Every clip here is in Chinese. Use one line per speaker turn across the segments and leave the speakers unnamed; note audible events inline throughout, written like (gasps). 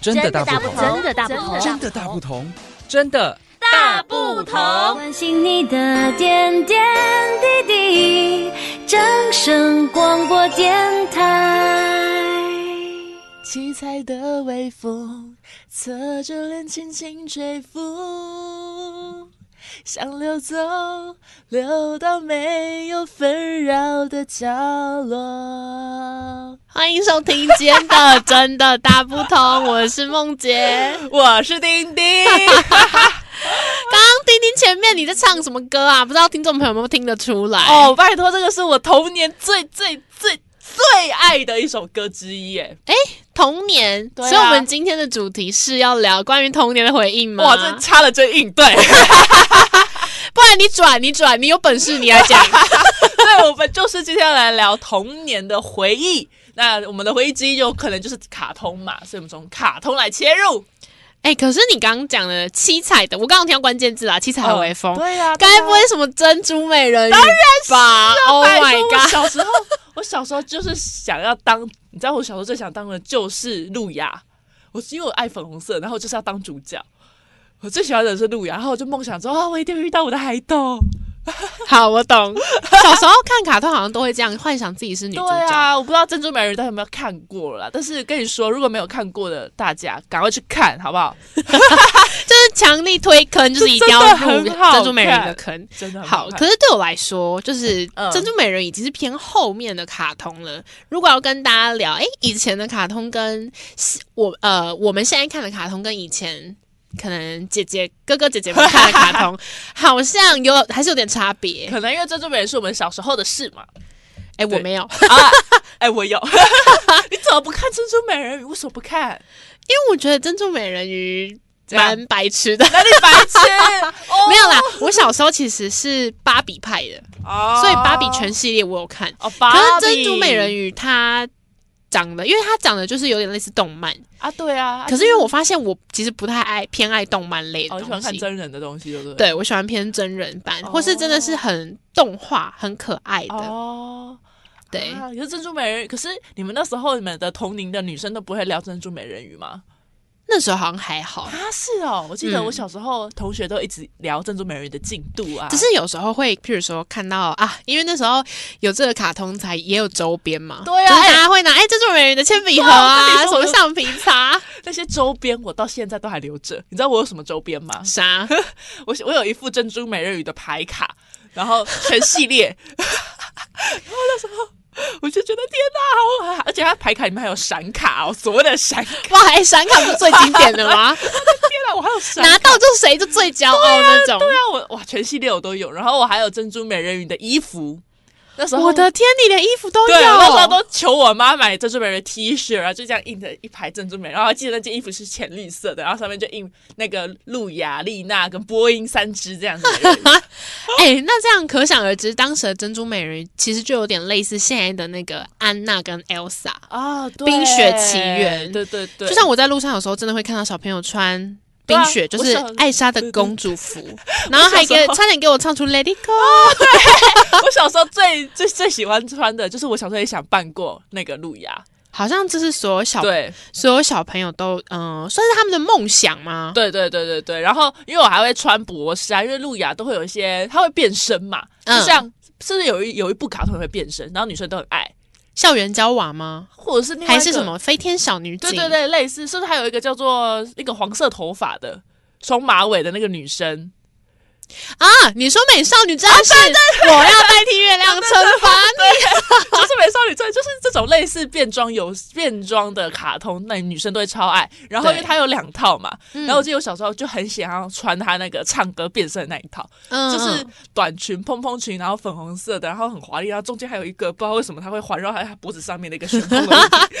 真的大
大
不
不
同，
同，的大
真
真
的
的
大
大
不
不
同，真的
大不同。
关心你的点点滴滴，掌声广播电台。
七彩的微风，侧着脸轻轻吹拂，想溜走，溜到没有纷扰的角落。欢迎收听今天的《真的大不同》，我是梦 (laughs) 洁。
我是丁丁，
刚刚丁丁前面你在唱什么歌啊？不知道听众朋友有没有听得出来？
(laughs) 哦，拜托，这个是我童年最最最最爱的一首歌之一，哎，
童年，
对啊
所以我们今天的主题是要聊关于童年的回忆吗？
哇，这插的真硬，
(laughs)
对，
不然你转，你转，你有本事你来讲。
对，我们就是今天要来聊童年的回忆。那我们的回忆之一有可能就是卡通嘛，所以我们从卡通来切入。
(laughs) 哎、可是你刚刚讲的七彩的，我刚刚听到关键字啦，七彩的微风，
对呀、啊，
哦该、不会什么珍珠美人鱼吧？Oh
拜托
my
我
god！
小时候， (laughs) 我小时候就是想要当，你知道我小时候最想当的就是路亚。我是因为我爱粉红色，然后我就是要当主角。我最喜欢的是路亚，然后我就梦想说啊，我一定会遇到我的海斗。
好，我懂。小时候看卡通好像都会这样，幻想自己是女主
对
角。
啊，我不知道珍珠美人鱼大家有没有看过啦，但是跟你说，如果没有看过的，大家赶快去看好不好？
就是强力推坑，就是一定要
这
入
真的很好
珍珠美人鱼的坑。
真的很
好，
看
可是对我来说，就是
嗯
《珍珠美人鱼》已经是偏后面的卡通了。如果要跟大家聊，哎、以前的卡通跟西我呃我们现在看的卡通跟以前可能姐姐哥哥姐姐们看的卡
(laughs)
通，好像有还是有点差别。
可能因为珍珠美人是我们小时候的事嘛。
哎、我
对
没有， (laughs)
啊，哎，我有， (laughs) 你怎么不看珍珠美人鱼？为什么不看？
因为我觉得《珍珠美人鱼》
怎样
蛮白痴的。
哪里白痴？哦
没有啦，我小时候其实是芭比派的，
哦
所以芭比全系列我有看。
哦，
可
芭
是
比
珍珠美人鱼它长得，因为它长得就是有点类似动漫，
啊，对啊，
可是因为我发现我其实不太爱偏爱动漫类
哦
的
你喜欢
东
看
西，
真人的东西，对不对？
对我喜欢偏真人版，
哦
或是真的是很动画、很可爱的。
哦，
对
啊可是珍珠美人鱼，可是你们那时候你们的同龄的女生都不会聊珍珠美人鱼吗？
那时候好像还好，
啊，是哦，我记得
嗯
我小时候同学都一直聊珍珠美人鱼的进度啊，
只是有时候会，譬如说看到啊，因为那时候有这个卡通才也有周边嘛，
对啊
就是大家会拿哎珍珠美人鱼的铅笔盒
对
啊，
啊
什
我
么
跟你说
橡皮擦
那些周边我到现在都还留着。你知道我有什么周边吗？
啥，
我我有一副珍珠美人鱼的牌卡，然后全系列。然后那时候我就觉得天哪，好好！而且它牌卡里面还有闪卡哦，所谓的闪卡。
哇，哎闪卡不是最经典的吗？
天哪，我还有 (laughs) 闪
拿
卡。
到就谁就最骄傲那种。
对啊，我哇，全系列我都有。然后我还有珍珠美人鱼的衣服。那时候
我的天，你连衣服都有，
对，我那时候都求我妈买珍珠美人 T 恤，然后就这样印着一排珍珠美人，然后还记得那件衣服是浅绿色的，然后上面就印那个露雅、丽娜跟波音三只这样子
(laughs)
的人。
哎、那这样可想而知，当时的珍珠美人鱼其实就有点类似现在的那个安娜跟 Elsa。
啊，对
冰雪奇缘
对对对，
就像我在路上有时候真的会看到小朋友穿冰雪，
对啊
就
我
是
小
艾莎的公主服，然后还
(laughs) 我
给
小时候
差点给我唱出 Let It
(laughs)
Go。
我小时候最最最喜欢穿的就是我小时候也想扮过那个露雅，
好像这是所有小
对
所有小朋友都嗯、呃算是他们的梦想吗？
对对对对对。然后因为我还会穿薄纱，因为露雅都会有一些，她会变身嘛，
嗯
就像是不是有一有一部卡通也会变身，然后女生都很爱，
校园娇娃吗？
或者是另外一
还
个
是什？么飞天小女警？
对对对，类似是不是还有一个叫做那个黄色头发的双马尾的那个女生？
啊！你说美少女战
啊
士，我要代替月亮惩罚
(laughs)
你。
就是美少女战士，就是这种类似变装游变装的卡通，那女生都会超爱。然后因为
对
它有两套嘛，
嗯
然后我记得我小时候就很想要穿它那个唱歌变身的那一套，
嗯
就是短裙、蓬蓬裙，然后粉红色的，然后很华丽，然后中间还有一个不知道为什么它会环绕在她脖子上面的一 (laughs) 个悬空的问题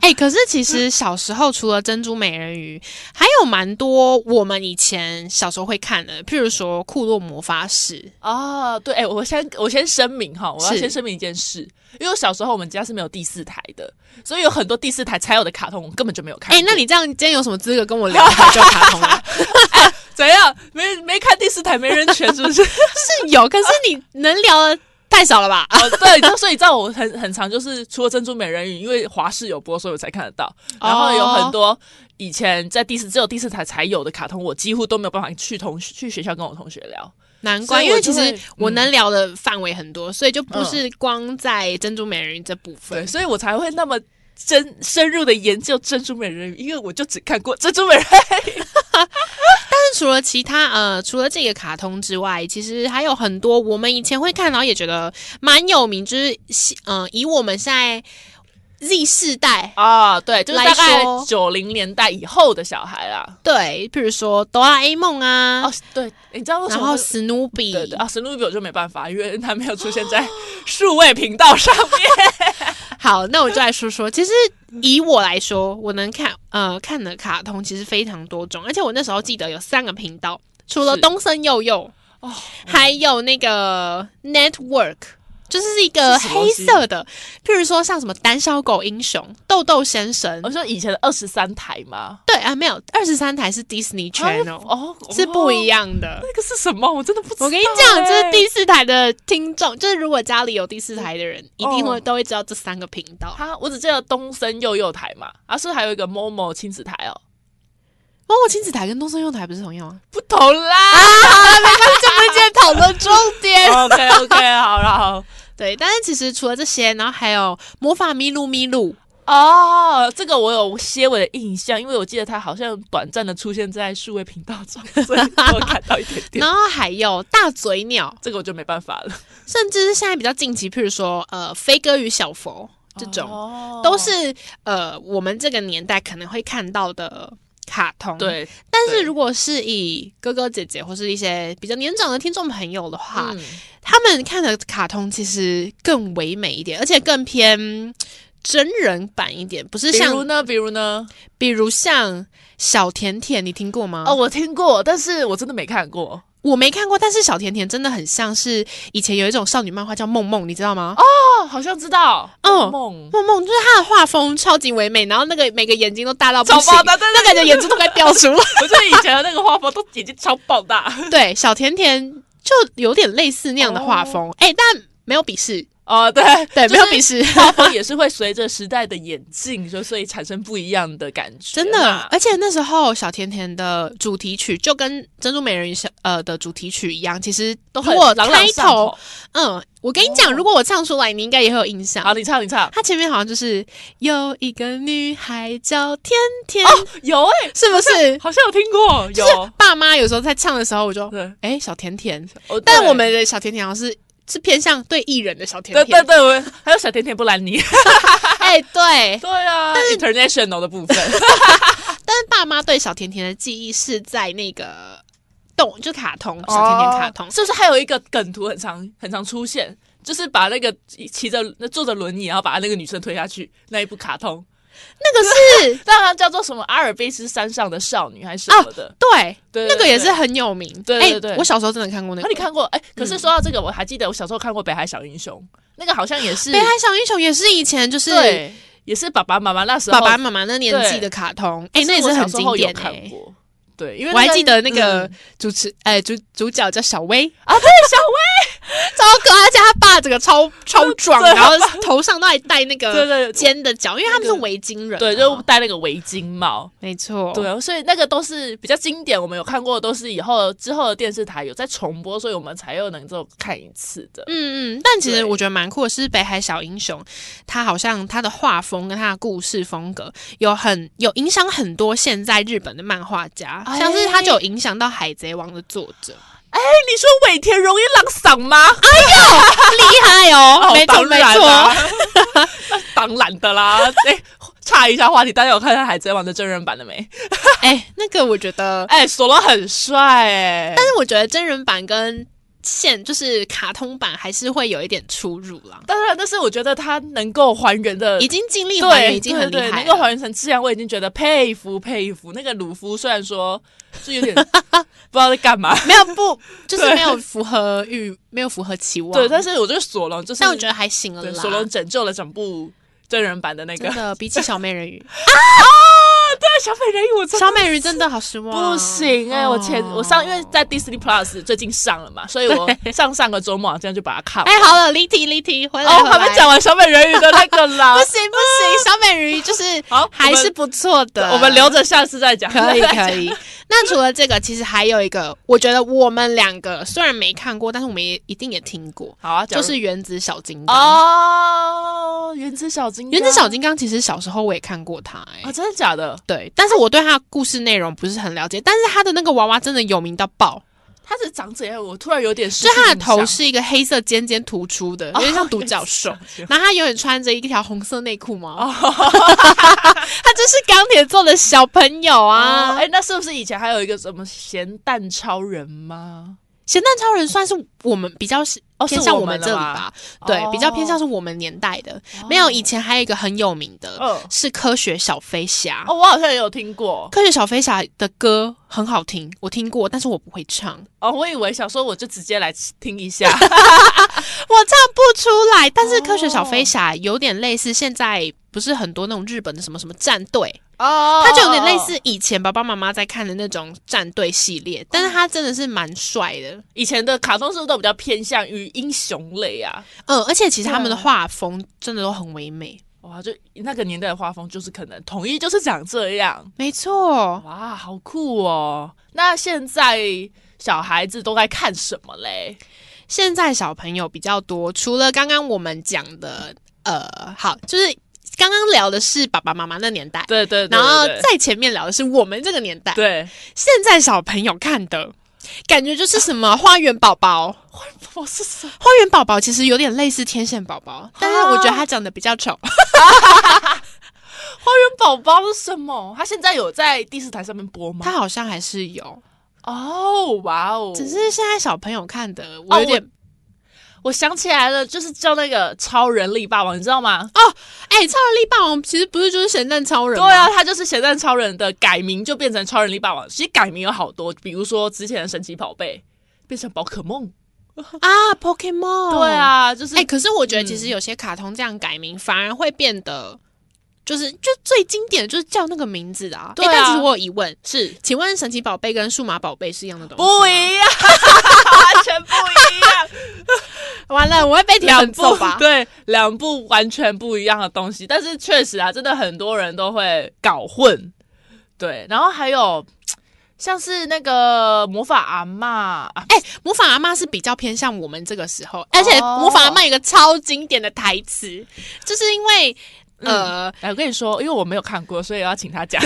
哎、可是其
嗯
实小时候除了珍珠美人鱼，还有蛮多我们以前小时候会看的，譬如说《库洛魔法使》
啊。对，哎、我先我先声明哈，我要
是
先声明一件事，因为我小时候我们家是没有第四台的，所以有很多第四台才有的卡通我根本就没有看
哎、
过。
那你这样今天有什么资格跟我聊怀旧卡通啊？
(laughs) 怎样没没看第四台没人权是不是？
是有，可是你能聊的太少了吧？
哦，对，就所以在我很很常就是除了珍珠美人鱼，因为华视有播，所以我才看得到。然后有很多以前在第四只有第四台才有的卡通，我几乎都没有办法去同去学校跟我同学聊。
(laughs) 难
所
怪，
以
因
我
为
就
其
会
实我
嗯
能聊的范围很多，所以就不是光在珍珠美人鱼这部分
对，。所以我才会那么深深入的研究珍珠美人鱼，因为我就只看过珍珠美人鱼。
但是除了其他呃，除了这个卡通之外，其实还有很多我们以前会看，然后也觉得蛮有名，就是嗯、呃，以我们现在 Z 世代。
(laughs) 啊，对，就是大
来
概
说
九零年代以后的小孩啦。
对，譬如说哆啦 A 梦啊，
哦，对，你知道为什
然
么
后
会？
史努比，
对对啊，史努比我就没办法，因为他没有出现在 (gasps) 数位频道上面。
好，那我就来说说，其实以我来说，我能看呃看的卡通其实非常多种，而且我那时候记得有三个频道，除了
是
东森幼幼，
哦
还有那个 Network。就是一个
是什么
黑
东西
色的，譬如说像什么胆小狗英雄、豆豆先生
(laughs) 我，说以前的二十三台嘛
对啊，没有二十三台是 Disney Channel，、
哦，
是不一
样。
样的。
那个是什么？我真的不知道欸。
我跟你讲，这是第四台的听众，就是如果家里有第四台的人，一定会、
哦
都会知道这三个频 (laughs) 道。
他，我只记得东森幼幼台嘛，啊，是不是还有一个 MOMO 亲子台哦，
猫猫亲子台跟东森幼台不是同样吗？
不同啦。
(laughs) 这不是今天讨论重 (laughs) 点。
OK OK，好 (laughs) 了好。
对，但是其实除了这些，然后还有魔法咪路咪路，
哦，这个我有些微的印象，因为我记得他好像短暂的出现在数位频道中，所以我看到一点 (laughs) 点。
然后还有大嘴鸟，
这个我就没办法了，
甚至是现在比较近期，譬如说呃飞哥与小佛这种，
哦
都是呃我们这个年代可能会看到的卡通。。
对，
但是
对
如果是以哥哥姐姐或是一些比较年长的听众朋友的话，
嗯
他们看的卡通其实更唯美一点，而且更偏真人版一点，不是
比
像
如呢，比如呢，
比如像小甜甜，你听过吗？
哦，，我听过，但是我真的没看过。
我没看过，但是小甜甜真的很像是以前有一种少女漫画叫梦梦，你知道吗？
哦，好像知道，
嗯
梦，
梦梦就是她的画风超级唯美，然后那个每个眼睛都大到不
超
行，
爆大，对
(laughs) 那感觉眼珠都快掉出来。
(laughs) 我觉得以前的那个画风都眼睛超爆大。
(laughs) 对，小甜甜就有点类似那样的画风，哎、但没有鄙视，
哦，对
对，
就是
没有鄙视，
画风也是会随着时代的演进，就所以产生不一样的感觉。
真的。而且那时候小甜甜的主题曲就跟《珍珠美人鱼》小呃的主题曲一样，其实
都
如
很
果
朗朗
哎开
上
头
口。，哦
嗯，我跟你讲，如果我唱出来，你应该也会有印象。
好，你唱，你唱。
它前面好像就是有一个女孩叫天天，
有哎、
是不是？
好像有听过，
(laughs)
有。
爸妈有时候在唱的时候，我就
对，
哎、小甜甜，
哦
但
对
我们的小甜甜好像是是偏向对艺人的小甜
对对
甜，
对，我们还有小甜甜布兰妮。
哎、 (laughs)
(laughs)
对。
对啊，international 的部
(laughs)
分。
但是爸妈对小甜甜的记忆是在那个动就卡通小甜甜卡通，
是不是还有一个梗图很常很常出现？就是把那个骑着那坐着轮椅，然后把那个女生推下去那一部卡通，
那个是
当然叫做什么阿尔卑斯山上的少女还是什么的，
对，
对，
啊那个也是
对。
很有名。
对
哎
对对
我小时候真的看过那
那、
个。
你看过？哎、可是说到这个，我还记得我小时候看过《北海小英雄》，那个好像也是
《北海小英雄》也是以前就是
对，也是爸爸妈哎妈那时候
爸爸妈妈那年纪
对
的卡通，哎、
可
那也
我
是
小
很
时
经
候有
典、
看
欸。
过。对，因为
我还记得那个
嗯
主持，哎、主主角叫小薇，
啊，对，小
(laughs) 超可爱，而且他爸整个超超
(laughs)
壮，
对
然后头上都还戴那
对
个
对
尖的角，因为他们是
那个
维京人啊、
对，就戴那个围巾帽，
没错，
对，所以那个都是比较经典，我们有看过，都是以后之后的电视台有在重播，所以我们才又能够看一次的。
嗯嗯，但其实
对
我觉得蛮酷的是《北海小英雄》，他好像他的画风跟他的故事风格有很有影响很多现在日本的漫画家，
哎
像是他就有影响到《海贼王》的作者，
哎，你说尾田荣一朗嗓吗？
厉害哦，没错
当
没
然
错
啦，，那 (laughs) 当然的啦。哎，岔一下话题，大家有看到《海贼王》的真人版了没？
(laughs) 哎、那个我觉得， (laughs)
哎，索隆很帅哎，
但是我觉得真人版跟现就是卡通版还是会有一点出入啦，
当然，但是我觉得他能够还原的
已经尽力还原
对，
已经很厉
对对
害
能够
了。
还原成这样，我已经觉得佩服佩服。那个鲁夫虽然说是
(laughs)
有点不知道在干嘛，
没有不，就是
对
没有符合预，没有符合期望。
对，但
是
是我觉得索隆就是，
但我觉得还行了
对 (laughs)
啦。
索隆拯救了整部真人版的那个
真，的比起小美人鱼，
对，小美人鱼我真的
小美人鱼真的好失望，啊
不行哎、我前我上因为在 Disney Plus 最近上了嘛，所以我上上个周末好像就把它看完。
哎，好了，离题离题，回来。
哦，
回
还
来
没讲完小美人鱼的那个啦
(laughs) 不。行不行，小美人鱼就是
(laughs) 好
还
我
是
们
不错的，
我们
(laughs)
留着下次再讲。(laughs)
可以可以。那除了这个，其实还有一个，我觉得我们两个虽然没看过，但是我们也一定也听过，
好啊，
就是《原子小金刚》。
哦，原子小金，
原子小金刚》其实小时候我也看过它、哎、
啊，真的假的？
对，但是我对它的故事内容不是很了解，但是它的那个娃娃真的有名到爆，
它是长怎样？我突然有点失
就
去
它的
印象
头是一个黑色尖尖突出的，有点像独
(laughs)
角
哦
兽， (laughs) 然后它永远穿着一条红色内裤嘛， (laughs) 它就是钢铁做的小朋友
啊！
啊，
哎，那是不是以前还有一个什么咸蛋超人吗？
咸蛋超人算是我们比较是
哦
偏
是
向
我
我们
们
这
了
里
吗
吧，对，比较偏向
哦
是我们年代的。没有以前还有一个很有名的
嗯，
是科学小飞侠，
哦，我好像也有听过
科学小飞侠的歌很好听，我听过，但是我不会唱，我
哦，我以为想说我就直接来听一
(laughs)
下
唱不出来。但是科学小飞
哦
侠有点类似现在不是很多那种日本的什么什么战队，
哦
它就有点类似以前爸爸妈妈在看的那种战队系列，但是它真的是蛮帅的。
以前的卡通，是不是都比较偏向于英雄类啊？
嗯，而且其实他们的
对
画风真的都很唯美。
哇，就那个年代的画风，就是可能统一就是长这样。
没错，
哇，好酷哦！那现在小孩子都在看什么嘞？
现在小朋友比较多，除了刚刚我们讲的，呃，好，就是刚刚聊的是爸爸妈妈那年代，
对对
然后再前面聊的是我们这个年代。，
对，
现在小朋友看的感觉就是什么花园宝宝， (laughs)
我是什
花园宝宝其实有点类似天线宝宝，但是我觉得他长得比较丑。
花园宝宝是什么？他现在有在第四台上面播
他
吗？
好像还是有，
哦，哇哦！
只是现在小朋友看的，我有点，
我想起来了，就是叫那个超人力霸王，你知道吗？
哎、超人力霸王其实不是就是咸蛋超人
对
吗？
啊，他就是咸蛋超人的改名，就变成超人力霸王。其实改名有好多，比如说之前的神奇宝贝变成宝可梦。
啊，Pokemon，
对啊，嗯就是、 (laughs)
哎、可是我觉得其实有些卡通这样改名，反而会变得，就是就最经典的就是叫那个名字的啊。
对
哎但
啊
其实我有疑问，
是
请问神奇宝贝跟数码宝贝是一样的东西？
不，一样，完全不一样，
完了，我会被挑
两部
揍吧？
对，两部完全不一样的东西。但是确实啊，真的很多人都会搞混。对，然后还有像是那个魔法阿嬷啊，
哎、魔法阿妈是比较偏向我们这个时候，而且
哦
魔法阿妈有个超经典的台词，就是因为。呃，
哎，我跟你说，因为我没有看过，所以要请他讲。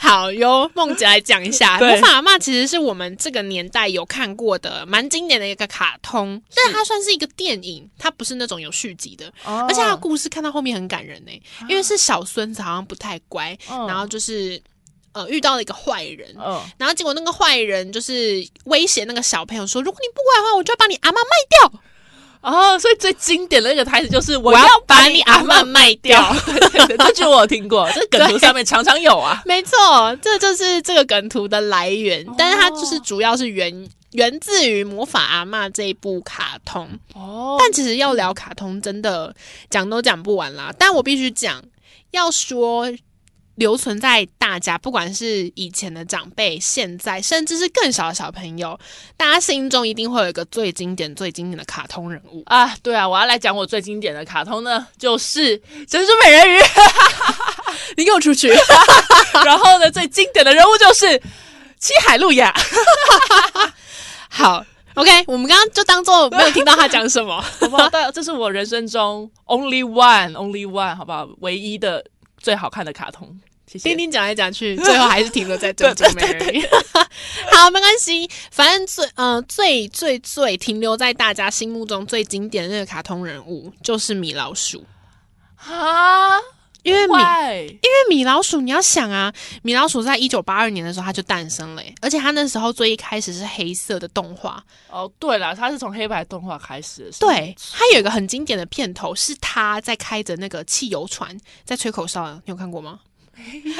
好由梦姐来讲一下，
对
魔法阿妈其实是我们这个年代有看过的蛮经典的一个卡通，但它算是一个电影，它不是那种有续集的，而
而
且他的故事看到后面很感人呢、欸因为是小孙子好像不太乖，
嗯
然后就是呃遇到了一个坏人，
嗯，
然后结果那个坏人就是威胁那个小朋友说，如果你不乖的话，我就要把你阿妈卖掉，
哦，所以最经典的一个台词就是“我
要
要
把
你
你阿
妈
嬷卖
掉
掉。”
对对对这句我有听过，这梗图上面常常有啊。
(laughs) 没错，这就是这个梗图的来源，但是它就是主要是源源自于《魔法阿嬷这一部卡通。
哦
但其实要聊卡通，真的讲都讲不完啦。但我必须讲，要说留存在大家，不管是以前的长辈，现在甚至是更小的小朋友，大家心中一定会有一个最经典、最经典的卡通人物。
啊，对啊，我要来讲我最经典的卡通呢，就是《珍珠美人鱼》。
你给我出去！
(laughs) 然后呢，最经典的人物就是七海路亚。
(laughs) 好，OK，我们刚刚就当做没有听到他讲什么。
好不好？但这是我人生中 only one only one，好不好？唯一的最好看的卡通。谢谢
叮。叮讲来讲去，最后还是停留在珍珠美人鱼。 (laughs) 好，没关系，反正最呃最最最停留在大家心目中最经典的那个卡通人物就是米老鼠，
啊，
因为米
喂，
因为米老鼠，你要想啊，米老鼠在一九八二年的时候它就诞生了耶、而且它那时候最一开始是黑色的动画，
哦，对了，它是从黑白动画开始的。是吗
对，它有一个很经典的片头是它在开着那个汽油船在吹口哨，啊你有看过吗？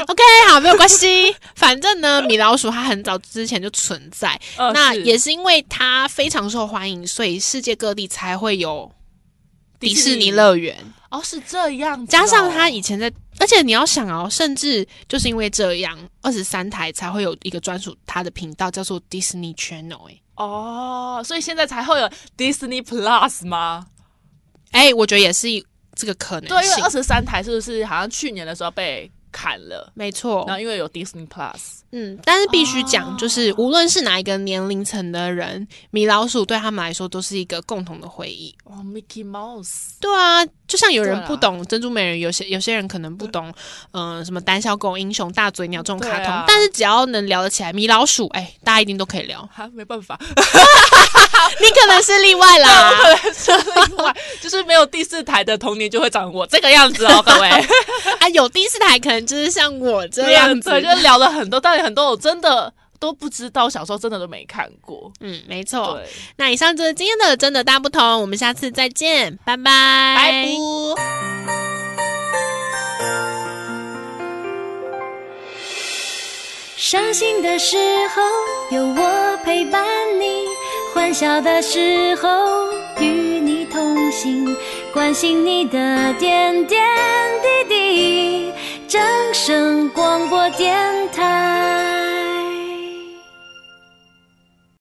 OK，好，没有关系。反正呢，米老鼠它很早之前就存在，
呃
那
是
也是因为它非常受欢迎，所以世界各地才会有迪士尼乐园。
哦，是这样子哦。
加上它以前在而且你要想哦，甚至就是因为这样，二十三台才会有一个专属它的频道，叫做 Disney Channel、欸。
哦，所以现在才会有 Disney Plus 吗？
哎、我觉得也是一这个可能
对，因为
性
二。十三台是不是好像去年的时候被砍了？
没错
然，后因为有 Disney Plus，
嗯，但是必须
哦
讲，就是无论是哪一个年龄层的人，米老鼠对他们来说都是一个共同的回忆。
哦，Mickey Mouse，
对啊，就像有人
对啊
不懂珍珠美人鱼，有些有些人可能不懂，嗯、什么胆小狗、英雄、大嘴鸟这种卡
对
通，
啊
但是只要能聊得起来，米老鼠，哎、大家一定都可以
(laughs)
聊。
哈，没办法，
你可能是例外啦。
(laughs) 另外就是没有第四台的童年就会长我这个样子
(laughs)
哦，各位，
啊，有第四台可能就是像我这样子
对，，就聊了很多，但很多我真的都不知道，小时候真的都没看过。
嗯，没错。
对，
那以上就是今天的真的大不同，我们下次再见，拜拜，哎
拜拜。
伤心的时候有我陪伴你，欢笑的时候与你同行，关心你的点点滴滴。掌声广播电台。